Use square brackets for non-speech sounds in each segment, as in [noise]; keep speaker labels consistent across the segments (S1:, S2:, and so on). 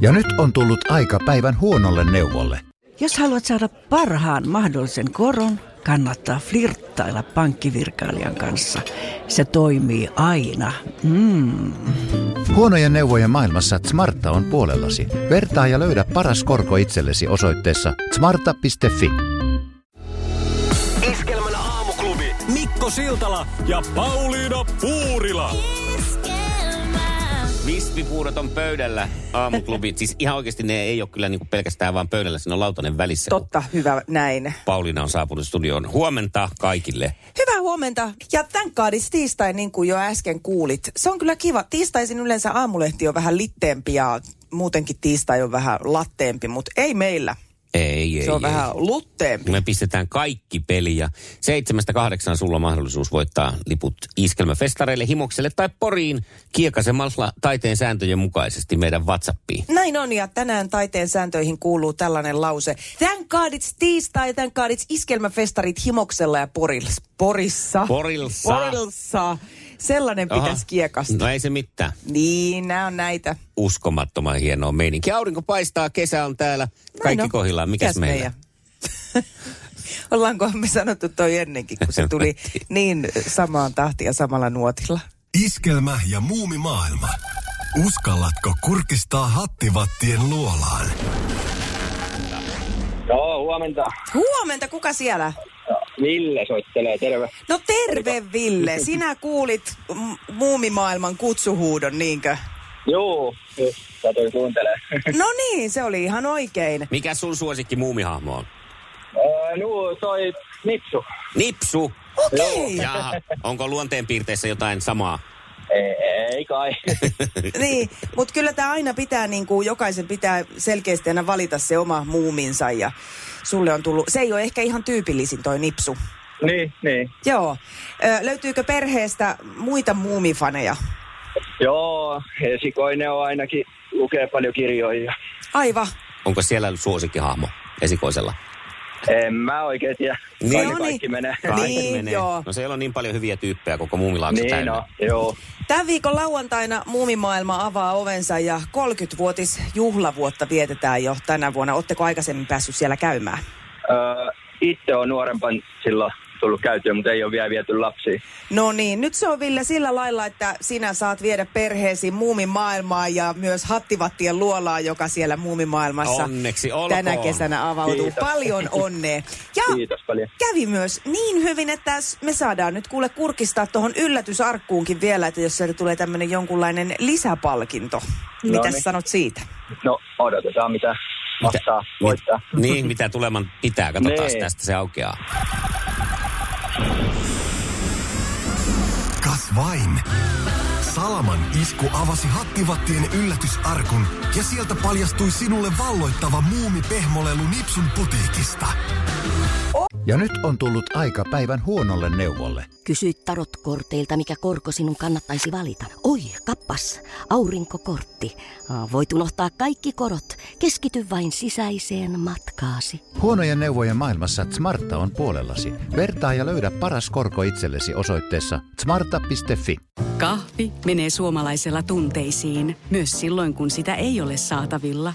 S1: Ja nyt on tullut aika päivän huonolle neuvolle.
S2: Jos haluat saada parhaan mahdollisen koron, kannattaa flirttailla pankkivirkailijan kanssa. Se toimii aina. Mm.
S1: Huonojen neuvojen maailmassa Smarta on puolellasi. Vertaa ja löydä paras korko itsellesi osoitteessa smarta.fi.
S3: Iskelmän aamuklubi. Mikko Siltala ja Pauliina Puurila.
S4: Vispipuurot on pöydällä aamuklubit. Siis ihan oikeasti ne ei ole kyllä niinku pelkästään vaan pöydällä, siinä on lautanen välissä. kun
S5: Totta, hyvä näin.
S4: Pauliina on saapunut studioon. Huomenta kaikille.
S5: Hyvää huomenta. Ja tän kaadis tiistai, niin kuin jo äsken kuulit. Se on kyllä kiva. Tiistaisin yleensä aamulehti on vähän litteempi ja muutenkin tiistai on vähän latteempi, mutta ei meillä.
S4: Ei, ei,
S5: Se on
S4: ei.
S5: vähän lutteempi.
S4: Me pistetään kaikki peli ja seitsemästä kahdeksaan sulla on mahdollisuus voittaa liput iskelmäfestareille, himokselle tai poriin kiekasemalla taiteen sääntöjen mukaisesti meidän WhatsAppiin.
S5: Näin on ja tänään taiteen sääntöihin kuuluu tällainen lause. Tän kaadits tiistai, tän kaadits iskelmäfestarit himoksella ja porils, porissa.
S4: Porilsa.
S5: Porilsa. Sellainen
S4: Aha.
S5: pitäisi kiekasta.
S4: No ei se mitään.
S5: Niin, nämä on näitä.
S4: Uskomattoman hienoa meininkiä. Aurinko paistaa, kesä on täällä, kaikki
S5: on.
S4: kohillaan. Mikäs, meillä?
S5: meidän? [laughs] Ollaanko me sanottu toi ennenkin, kun se tuli niin samaan tahtiin ja samalla nuotilla?
S3: Iskelmä ja muumi maailma. Uskallatko kurkistaa hattivattien luolaan?
S6: Joo, huomenta.
S5: Huomenta, kuka siellä?
S6: Ville soittelee, terve.
S5: No terve Ville, sinä kuulit m- muumimaailman kutsuhuudon, niinkö?
S6: Joo, just satuin kuuntelee.
S5: No niin, se oli ihan oikein.
S4: Mikä sun suosikki muumihahmo on?
S6: Ää, no, toi Nipsu.
S4: Nipsu.
S5: Okei,
S4: Jaha, onko luonteenpiirteissä jotain samaa?
S6: Ei, ei kai.
S5: niin, mutta kyllä tämä aina pitää, niin kuin jokaisen pitää selkeästi aina valita se oma muuminsa ja sulle on tullut, se ei ole ehkä ihan tyypillisin toi nipsu.
S6: [laughs] niin, niin.
S5: Joo. Ö, löytyykö perheestä muita muumifaneja?
S6: Joo, esikoinen on ainakin, lukee paljon kirjoja.
S5: Aivan.
S4: Onko siellä suosikkihahmo esikoisella?
S6: En mä oikein tiedä.
S4: Niin.
S6: Kai ne
S5: No niin.
S6: kaikki menee.
S4: Kaikki
S5: Niin,
S4: menee.
S5: joo.
S4: No siellä on niin paljon hyviä tyyppejä koko muumilaakso
S6: Niin,
S4: täynnä.
S6: no, joo.
S5: Tämän viikon lauantaina muumimaailma avaa ovensa ja 30-vuotis juhlavuotta vietetään jo tänä vuonna. Oletteko aikaisemmin päässyt siellä käymään?
S6: Öö, itse on nuorempan silloin tullut käytyä, mutta ei ole vielä viety lapsia.
S5: No niin, nyt se on Ville sillä lailla, että sinä saat viedä perheesi muumimaailmaan ja myös hattivattien luolaan, joka siellä muumimaailmassa
S4: Onneksi olkoon.
S5: tänä kesänä avautuu.
S6: Kiitos.
S5: Paljon onnea. Ja
S6: Kiitos paljon.
S5: kävi myös niin hyvin, että s- me saadaan nyt kuule kurkistaa tuohon yllätysarkkuunkin vielä, että jos sieltä tulee tämmöinen jonkunlainen lisäpalkinto.
S6: No
S5: Mitä
S6: niin.
S5: sanot siitä?
S6: No, odotetaan mitä mahtaa voittaa.
S4: Niin, mitä tuleman pitää. Katsotaan
S6: Niin.
S4: tästä se aukeaa.
S3: Kas vain. Salaman isku avasi hattivattien yllätysarkun ja sieltä paljastui sinulle valloittava muumi pehmolelu Nipsun putiikista.
S1: Ja nyt on tullut aika päivän huonolle neuvolle.
S7: Kysy tarotkorteilta, mikä korko sinun kannattaisi valita. Oi, kappas, aurinkokortti. Aa, Voit unohtaa kaikki korot. Keskity vain sisäiseen matkaasi.
S1: Huonojen neuvojen maailmassa Smarta on puolellasi. Vertaa ja löydä paras korko itsellesi osoitteessa smarta.fi.
S8: Kahvi menee suomalaisella tunteisiin, myös silloin kun sitä ei ole saatavilla.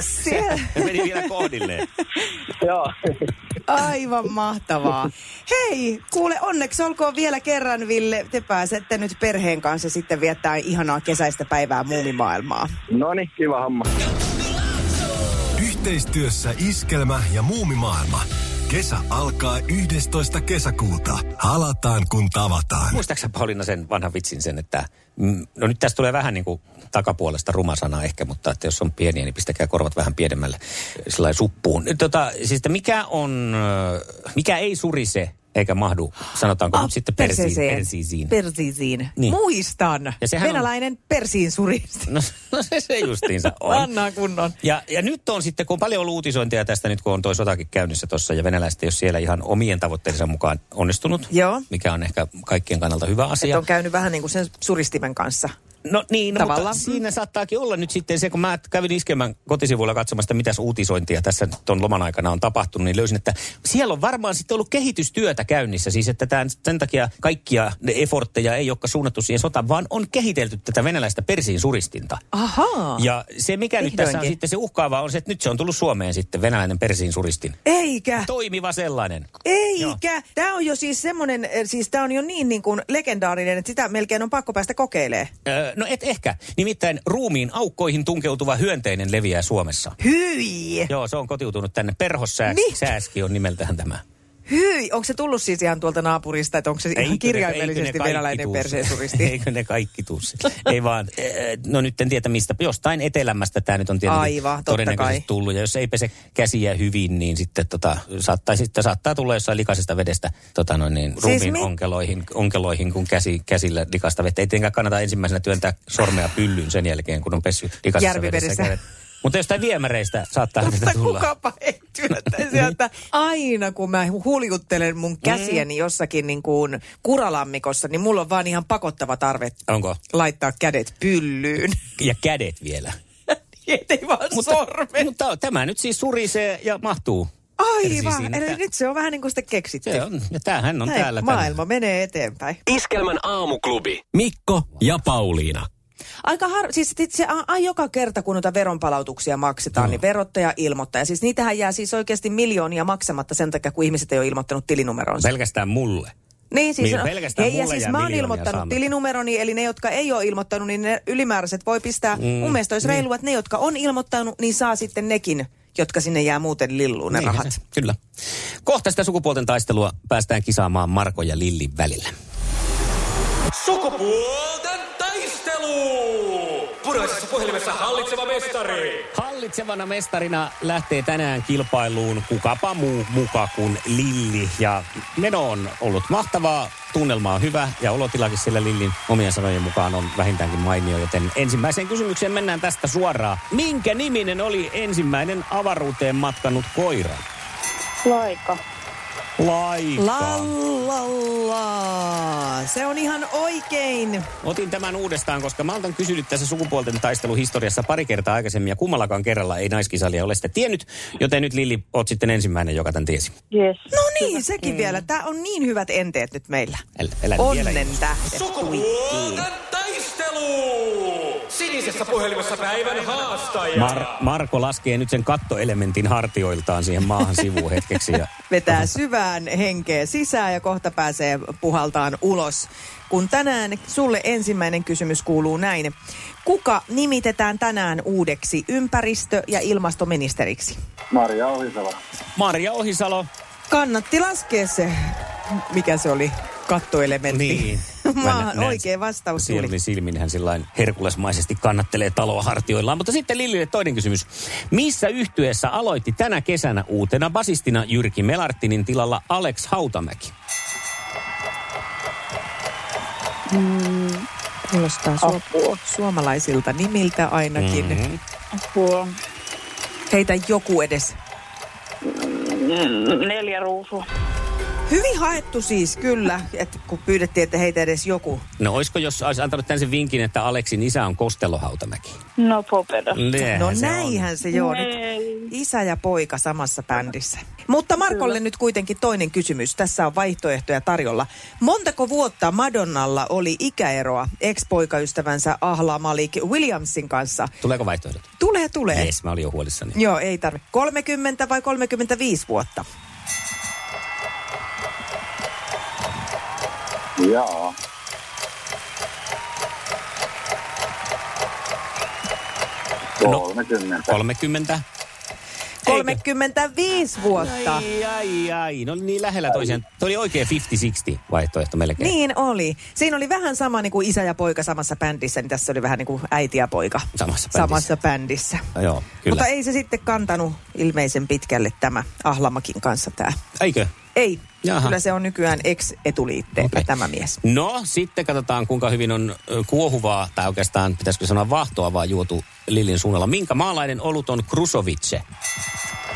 S5: Se,
S4: Se meni vielä kohdilleen.
S6: Joo,
S5: aivan mahtavaa. Hei, kuule onneksi olkoon vielä kerran Ville. Te pääsette nyt perheen kanssa sitten viettää ihanaa kesäistä päivää muumimaailmaa.
S6: no niin, kiva homma.
S3: Yhteistyössä Iskelmä ja Muumimaailma. Kesä alkaa 11. kesäkuuta. Halataan kun tavataan.
S4: Muistaaksä Pauliina sen vanhan vitsin sen, että... mm, No nyt tästä tulee vähän niin kuin takapuolesta ruma sana ehkä, mutta että jos on pieniä, niin pistäkää korvat vähän äh, pienemmälle sillä lailla suppuun. Tota, siis että äh, mikä on... ö, Mikä ei surise eikä mahdu, sanotaanko
S5: Ah,
S4: nyt sitten persiin. persiisiin.
S5: Persiisiin.
S4: Niin.
S5: Muistan.
S4: Ja sehän on-
S5: Venäläinen on... persiinsuristi.
S4: No, no se, se
S5: [laughs]
S4: justiinsa on.
S5: Anna kunnon.
S4: Ja, ja nyt on sitten, kun on paljon ollut uutisointia tästä nyt, kun on toi sotakin käynnissä tuossa, ja venäläiset ei ole siellä ihan omien tavoitteensa mukaan onnistunut,
S5: Joo.
S4: mikä on ehkä kaikkien kannalta hyvä
S5: Että
S4: asia.
S5: on käynyt vähän niin kuin sen suristimen kanssa.
S4: No niin, no, mutta
S5: Tavallaan.
S4: siinä saattaakin olla nyt sitten se, kun mä kävin iskemään kotisivuilla katsomasta, mitä uutisointia tässä nyt on loman aikana on tapahtunut, niin löysin, että siellä on varmaan sitten ollut kehitystyötä käynnissä. Siis että tämän, sen takia kaikkia ne efortteja ei olekaan suunnattu siihen sotaan, vaan on kehitelty tätä venäläistä persiin suristinta.
S5: Ahaa.
S4: Ja se, mikä nyt tässä on
S5: Vihdoinkin.
S4: sitten se uhkaava, on se, että nyt se on tullut Suomeen sitten venäläinen persiin suristin.
S5: Eikä.
S4: Toimiva sellainen.
S5: Eikä. Tämä on jo siis semmoinen, eh, siis tämä on jo niin, niin kuin legendaarinen, että sitä melkein on pakko päästä kokeilemaan.
S4: Öö, no et ehkä. Nimittäin ruumiin aukkoihin tunkeutuva hyönteinen leviää Suomessa.
S5: Hyi,
S4: Joo, se on kotiutunut tänne. Perhossääski
S5: Mitä?
S4: sääski on nimeltään tämä.
S5: hyi. Onko se tullut siis ihan tuolta naapurista, että onko se
S4: Eikö ne-
S5: ihan kirjaimellisesti
S4: eikö ne kaikki
S5: venäläinen
S4: tuu- [laughs]
S5: perseensuristi?
S4: Eikö ne kaikki tuu sinne? Ei vaan, eh, no nyt en tiedä mistä, jostain etelämästä tämä nyt on tietenkin
S5: Aivan, totta
S4: todennäköisesti
S5: kai.
S4: tullut. Ja jos ei pese käsiä hyvin, niin sitten tota, saattaa, sitten saattaa tulla jossain likaisesta vedestä tota noin, niin, ruumiin
S5: Siis mi-
S4: onkeloihin, onkeloihin, kun käsi, käsillä likasta vettä. Ei tietenkään kannata ensimmäisenä työntää sormea pyllyyn sen jälkeen, kun on pessy likaisessa
S5: Järvivedessä.
S4: vedessä. kädet. Mutta jostain viemäreistä saattaa tätä
S5: Mutta
S4: tulla. Niin.
S5: kukapa ei työtä sieltä. Aina kun mä huljuttelen mun
S4: Mm.
S5: käsiäni jossakin niin kuin kuralammikossa, niin mulla on vaan ihan pakottava tarve
S4: Onko?
S5: laittaa kädet pyllyyn. [laughs] Niin,
S4: Ja kädet vielä.
S5: Ei vaan sormet.
S4: Mutta tämä nyt siis surisee ja mahtuu.
S5: Aivan,
S4: Persisiin,
S5: eli
S4: että-
S5: nyt se on vähän niin kuin sitä keksitty.
S4: Se on, ja tämähän on
S5: Näin,
S4: täällä
S5: maailma menee eteenpäin.
S9: Iskelmän aamuklubi.
S10: Mikko ja Pauliina.
S5: Aika har... siis sit se, a, a, joka kerta kun noita veronpalautuksia maksetaan, niin verottaja ilmoittaa. Ja siis niitähän jää siis oikeasti miljoonia maksamatta sen takia, kun ihmiset ei ole ilmoittanut
S4: tänään.
S5: tilinumeronsa.
S4: No, Pelkästään mulle.
S5: Niin siis,
S4: Niin,
S5: no,
S4: pelkästään
S5: hei, ja
S4: mulle
S5: siis
S4: jää
S5: mä oon
S4: miljoonia
S5: ilmoittanut
S4: saamatta.
S5: tilinumeroni, eli ne, jotka ei ole ilmoittanut, niin ne ylimääräiset voi pistää. Mm, Mun mielestä
S4: Niin.
S5: olisi reilua, että ne, jotka on ilmoittanut, niin saa sitten nekin, jotka sinne jää muuten lilluun ne
S4: Niin,
S5: rahat.
S4: se, Kyllä. Kohta sitä sukupuolten taistelua päästään kisaamaan Marko ja Lillin välillä.
S10: Sukupuolten taistelu! Puraisessa puhelimessa hallitseva mestari.
S4: Hallitsevana mestarina lähtee tänään kilpailuun kukapa muu muka kuin Lilli. Ja meno on ollut mahtavaa, tunnelma on hyvä ja olotilakin sillä Lillin omien sanojen mukaan on vähintäänkin mainio. Joten ensimmäiseen kysymykseen mennään tästä suoraan. Minkä niminen oli ensimmäinen avaruuteen matkanut koira?
S11: Laika.
S4: Laika.
S5: La, la, la. Se on ihan oikein.
S4: Otin tämän uudestaan, koska mä olen kysynyt tässä sukupuolten taisteluhistoriassa pari kertaa aikaisemmin ja kummallakaan kerralla ei naiskisalia ole sitä tiennyt, joten nyt Lilli, oot sitten ensimmäinen, joka tämän tiesi.
S11: Yes.
S5: No niin, sekin vielä. Tää on niin hyvät enteet nyt meillä.
S4: Älä, älä nyt vielä.
S5: Onnen tähdet.
S10: Sukupuolten taistelu! Sinisessä puhelimessa päivän haastaja.
S4: Mar- Marko laskee nyt sen kattoelementin hartioiltaan siihen maahan sivuun hetkeksi. Ja
S5: Vetää syvään henkeä sisään ja kohta pääsee puhaltaan ulos. Kun tänään sulle ensimmäinen kysymys kuuluu näin. Kuka nimitetään tänään uudeksi ympäristö- ja ilmastoministeriksi?
S6: Maria Ohisalo.
S4: Marja Ohisalo.
S5: Kannatti laskea se, mikä se oli, kattoelementti.
S4: Niin.
S5: [laughs]
S4: Mä
S5: Maa,
S4: nä- näen-
S5: oikea vastaus tuli.
S4: Sieluni silmin niin hän sillain herkulesmaisesti kannattelee taloa hartioillaan. Mutta sitten Lillille toinen kysymys. Missä yhtyessä aloitti tänä kesänä uutena basistina Jyrki Melartinin tilalla Alex Hautamäki?
S5: Kuulostaa su- suomalaisilta nimiltä ainakin.
S4: Mhm.
S5: Mm-hmm.
S11: Tuo
S5: Heitä joku edes.
S11: neljä ruusua.
S5: Hyvin haettu siis, kyllä, että kun pyydettiin, että heitä edes joku.
S4: No olisiko, jos olisi antanut tämän sen vinkin, että Aleksin isä on Kostelo Hautamäki?
S11: No popeda.
S4: Nehän
S5: No
S4: se on.
S5: näinhän se joo nyt.
S11: Ei.
S5: Isä ja poika samassa bändissä. Mutta Markolle nyt kuitenkin toinen kysymys. Tässä on vaihtoehtoja tarjolla. Montako vuotta Madonnalla oli ikäeroa ex-poikaystävänsä Ahla Malik Williamsin kanssa?
S4: Tuleeko vaihtoehdot?
S5: Tulee, tulee.
S4: Jees, mä olin jo huolissani.
S5: Joo, ei tarvitse. 30 vai 35 vuotta?
S6: Jaa.
S4: No.
S6: 30.
S4: 30.
S5: 35 vuotta.
S4: Ai, ai, ai. No niin lähellä toisiaan. Tuo oli oikein 50-60 vaihtoehto melkein.
S5: Niin oli. Siinä oli vähän sama niin kuin isä ja poika samassa bändissä, niin tässä oli vähän niin kuin äiti ja poika
S4: Samassa bändissä.
S5: samassa bändissä.
S4: No Joo, kyllä.
S5: Mutta ei se sitten kantanut ilmeisen pitkälle tämä Ahlamakin kanssa tämä.
S4: Eikö?
S5: Ei, Jaha. kyllä se on nykyään ex-etuliitteitä okay. tämä mies.
S4: No, sitten katsotaan kuinka hyvin on ö, kuohuvaa, tai oikeastaan pitäisikö sanoa vahtoa, vaan juotu Lillin suunnalla. Minkä maalainen olut on Krusovice?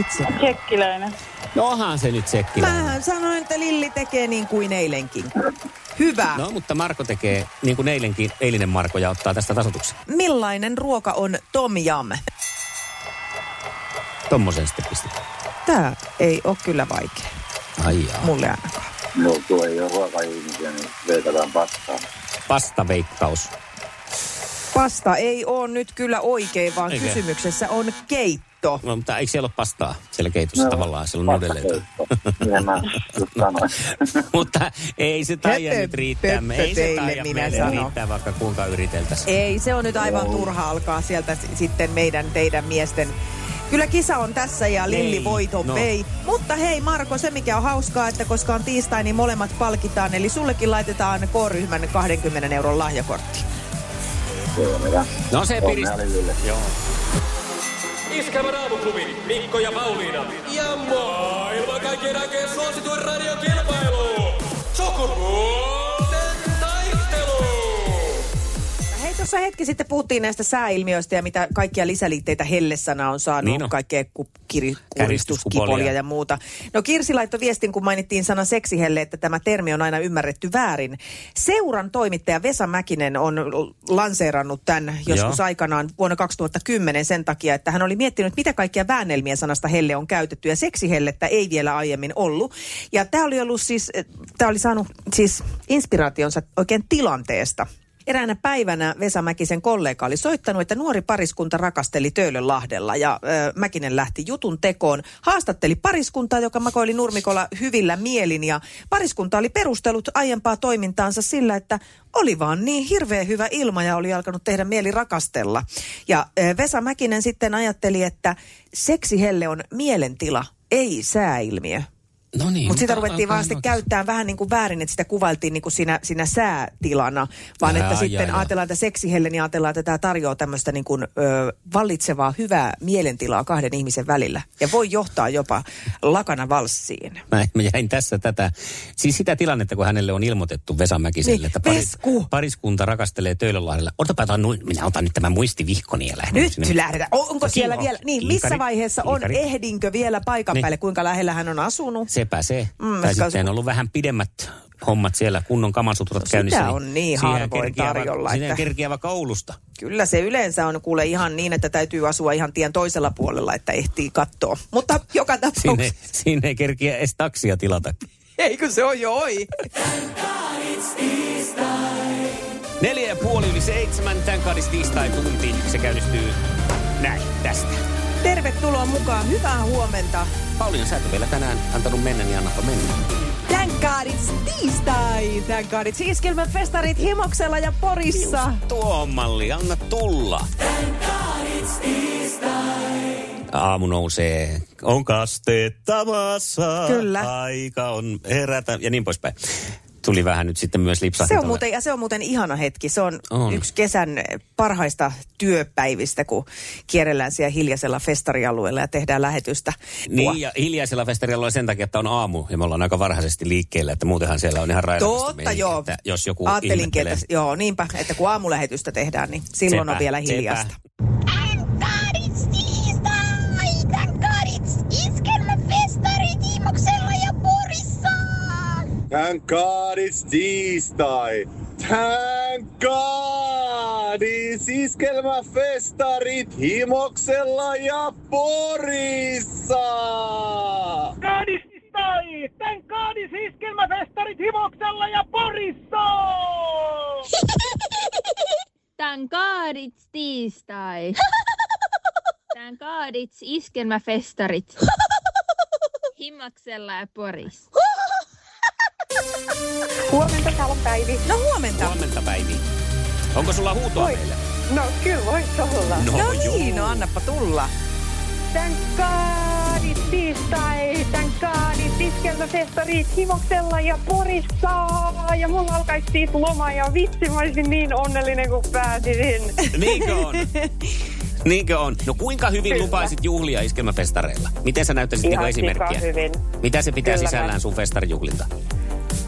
S5: Itse.
S11: Tsekkiläinen.
S4: No onhan se nyt sekkiläinen.
S5: Mähän sanoin, että Lilli tekee niin kuin eilenkin. Hyvä.
S4: No, mutta Marko tekee niin kuin eilenkin, eilinen Marko, ja ottaa tästä tasotuksen.
S5: Millainen ruoka on Tom Jam?
S4: Tommosen sitten pistetään.
S5: Tää ei ole kyllä vaikea.
S4: Ai jaa.
S5: Mulle ainakaan.
S12: No tuo ei ole ruokaihmisiä, niin veikataan pastaa.
S4: Pastaveikkaus.
S5: Pasta ei ole nyt kyllä oikein, vaan
S4: Eikä.
S5: Eikä. kysymyksessä on keitto.
S4: No, mutta eikö siellä ole pastaa siellä keitossa no, tavallaan? Siellä on nudelleita. [laughs] mutta ei se taida
S5: Höpö,
S4: nyt riittää. Me- Ei se
S5: höpö
S4: taida
S5: teille, minä
S4: meille
S5: sanon.
S4: riittää, vaikka kuinka yriteltäisiin.
S5: Ei, se on nyt aivan turha alkaa sieltä s- sitten meidän, teidän miesten. Kyllä kisa on tässä ja Lilli
S4: Ei,
S5: voiton
S4: no.
S5: no. vei. Mutta hei Marko, se mikä on hauskaa, että koska on tiistai, niin molemmat palkitaan. Eli sullekin laitetaan K-ryhmän 20 euron lahjakortti.
S4: No se piristää. Joo.
S10: Iskelmän aamuklubi, Mikko ja Pauliina. Ja maailman kaikkien aikeen suosituen radiokilpailu. Sukupuolten taistelu.
S5: Hei, tuossa hetki sitten puhuttiin näistä sääilmiöistä ja mitä kaikkia lisäliitteitä hellesana on saanut.
S4: Niin on.
S5: Kaikkea ku, kiri,
S4: Käristuskupolia.
S5: kuristuskupolia ja muuta. No Kirsi laittoi viestin, kun mainittiin sana seksihelle, että tämä termi on aina ymmärretty väärin. Seuran toimittaja Vesa Mäkinen on l- lanseerannut tämän joskus
S4: Joo.
S5: aikanaan vuonna 2010 sen takia, että hän oli miettinyt, mitä kaikkia väännelmiä sanasta helle on käytetty. Ja seksihellettä ei vielä aiemmin ollut. Ja tämä oli, ollut siis, eh, tämä oli saanut siis inspiraationsa oikein tilanteesta. Eräänä päivänä Vesa Mäkisen kollega oli soittanut, että nuori pariskunta rakasteli Töölönlahdella ja ö, Mäkinen lähti jutun tekoon. Haastatteli pariskuntaa, joka makoili nurmikolla hyvillä mielin ja pariskunta oli perustellut aiempaa toimintaansa sillä, että oli vaan niin hirveän hyvä ilma ja oli alkanut tehdä mieli rakastella. Ja ö, Vesa Mäkinen sitten ajatteli, että seksihelle on mielentila, ei sääilmiö.
S4: No niin.
S5: Mutta sitä ruvettiin vaan sitten
S4: oikein.
S5: käyttämään vähän niin kuin väärin, että sitä kuvailtiin niin kuin siinä, siinä säätilana, vaan
S4: Jaa,
S5: että
S4: jaa,
S5: sitten
S4: jaa.
S5: ajatellaan, että seksihelle, niin ajatellaan, että tämä tarjoaa tämmöistä niin kuin, ö, vallitsevaa hyvää mielentilaa kahden ihmisen välillä. Ja voi johtaa jopa lakana valssiin.
S4: Mä, mä jäin tässä tätä, siis sitä tilannetta, kun hänelle on ilmoitettu Vesa Mäkiselle,
S5: Niin,
S4: että
S5: Vesku!
S4: pariskunta rakastelee Töölönlahdella. Otapa, otan, nu- minä otan nyt tämän muistivihkoni ja lähden
S5: Nyt
S4: sinne.
S5: lähdetään. O- Onko
S4: No,
S5: siellä
S4: kiinni-
S5: vielä, niin
S4: kiikari-
S5: missä vaiheessa on,
S4: kiikari.
S5: ehdinkö vielä paikan
S4: Niin.
S5: päälle, kuinka lähellä hän on asunut?
S4: Sepä se.
S5: Mm,
S4: tai
S5: koska-
S4: sitten on ollut vähän pidemmät hommat siellä, kunnon kamasutrat
S5: No, sitä
S4: käynnissä.
S5: on niin
S4: siihen
S5: harvoin
S4: kerkiää vaikka-
S5: tarjolla,
S4: Siihen
S5: että-
S4: kerkiää vaikka Oulusta.
S5: Kyllä se yleensä on kuule ihan niin, että täytyy asua ihan tien toisella puolella, että ehtii katsoa. Mutta joka
S4: Sinne,
S5: tapauksessa,
S4: sinne ei kerkiä edes taksia tilata.
S5: eikö se ole jo oi?
S4: Neljä ja puoli yli seitsemän, tämän kadis tiistai tunti. Se käynnistyy näin tästä.
S5: Tervetuloa mukaan. Hyvää huomenta.
S4: Pauliina, sä et ole vielä tänään antanut mennä, niin annapa mennä.
S5: Thank God it's tiistai. Thank God it's iskelmän festarit Himoksella ja Porissa.
S4: Tuo on malli, anna tulla. Aamu nousee, on kasteettamassa.
S5: Kyllä.
S4: Aika on herätä ja niin poispäin. Tuli vähän nyt sitten myös
S5: Se
S4: lipsahdettua.
S5: on, muuten, ja se on muuten ihana hetki. Se on,
S4: On.
S5: on yksi kesän parhaista työpäivistä, kun kierrellään siellä hiljaisella festarialueella ja tehdään lähetystä.
S4: Niin, ja hiljaisella festarilla on sen takia, että on aamu ja me ollaan aika varhaisesti liikkeellä, että muutenhan siellä on ihan rajoitus.
S5: Totta, joo.
S4: Jos joku
S5: Ajattelinkin,
S4: ihmettelee.
S5: että, joo, niinpä, että kun aamulähetystä tehdään, niin silloin
S4: Sepä,
S5: on vielä
S4: sepä.
S5: hiljasta.
S12: Thank God it's tiistai. Thank God it's iskelmäfestarit Himoksella ja Porissa.
S10: Kadistai! Tän kadis iskelmäfestarit Himoksella ja Porissa!
S11: Tän kaadits
S7: [laughs]
S11: tiistai. Tän kaadits
S7: [laughs]
S11: iskelmäfestarit. Himmaksella ja Poris.
S8: Huomenta, täällä on Päivi.
S5: No huomenta.
S4: Huomenta päiviin. Onko sulla huutoa Voi. meille?
S8: No kyllä voi olla.
S4: No
S5: no niin,
S4: juu.
S5: no annappa tulla.
S8: Thank God, it's tiistai. Thank God, it's iskelmäfestari Himoksella ja Porissa. Ja mulla alkaisi [laughs] siitä loma ja vitsi, mä olisin niin onnellinen, kun pääsisin.
S4: Niinkö on? Niinkö on? No kuinka hyvin
S8: Kyllä.
S4: lupaisit juhlia iskelmäfestareilla? Miten sä näyttäisit niinku
S8: Ihan
S4: esimerkkiä?
S8: sikahyvin.
S4: Mitä se pitää
S8: Kyllä mä-
S4: sisällään sun festarijuhlinta?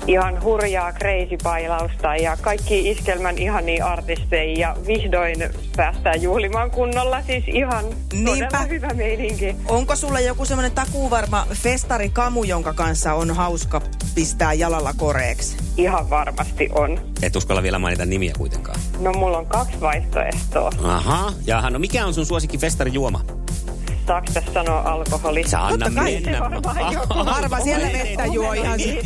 S8: Ihan hurjaa crazy bailausta ja kaikki iskelmän ihania artisteja ja vihdoin päästään juhlimaan kunnolla. Siis ihan Niinpä. todella hyvä meininki.
S5: Onko sulla joku semmoinen takuuvarma festarikamu, jonka kanssa on hauska pistää jalalla koreeksi?
S8: Ihan varmasti on.
S4: Et uskalla vielä mainita nimiä kuitenkaan.
S8: No mulla on kaksi vaihtoehtoa.
S4: Aha, jaha, no mikä on sun suosikki festarijuoma?
S8: Saaks tässä sanoa alkoholi?
S4: Sä anna Totta kai. mennä.
S8: Se varmaan joku.
S5: Harva siellä vettä juo ihan si-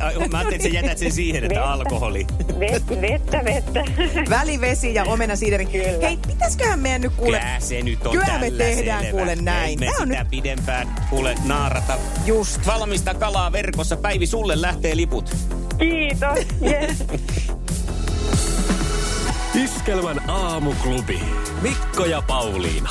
S4: Ai, Mä ajattelin, että sä jätät sen siihen, että alkoholi.
S8: Vet, vettä, vettä.
S5: Välivesi ja omenasiideri. Hei, pitäisiköhän meidän nyt kuule...
S4: Kyllä se nyt on
S5: Kyllä me
S4: tällä
S5: tehdään
S4: selvä.
S5: kuule näin.
S4: Ei me
S5: Tää on
S4: sitä
S5: nyt...
S4: pidempään kuule naarata.
S5: Just.
S4: Valmista kalaa verkossa. Päivi, sulle lähtee liput.
S8: Kiitos. Yes.
S13: Iskelmän aamuklubi. Mikko ja Pauliina.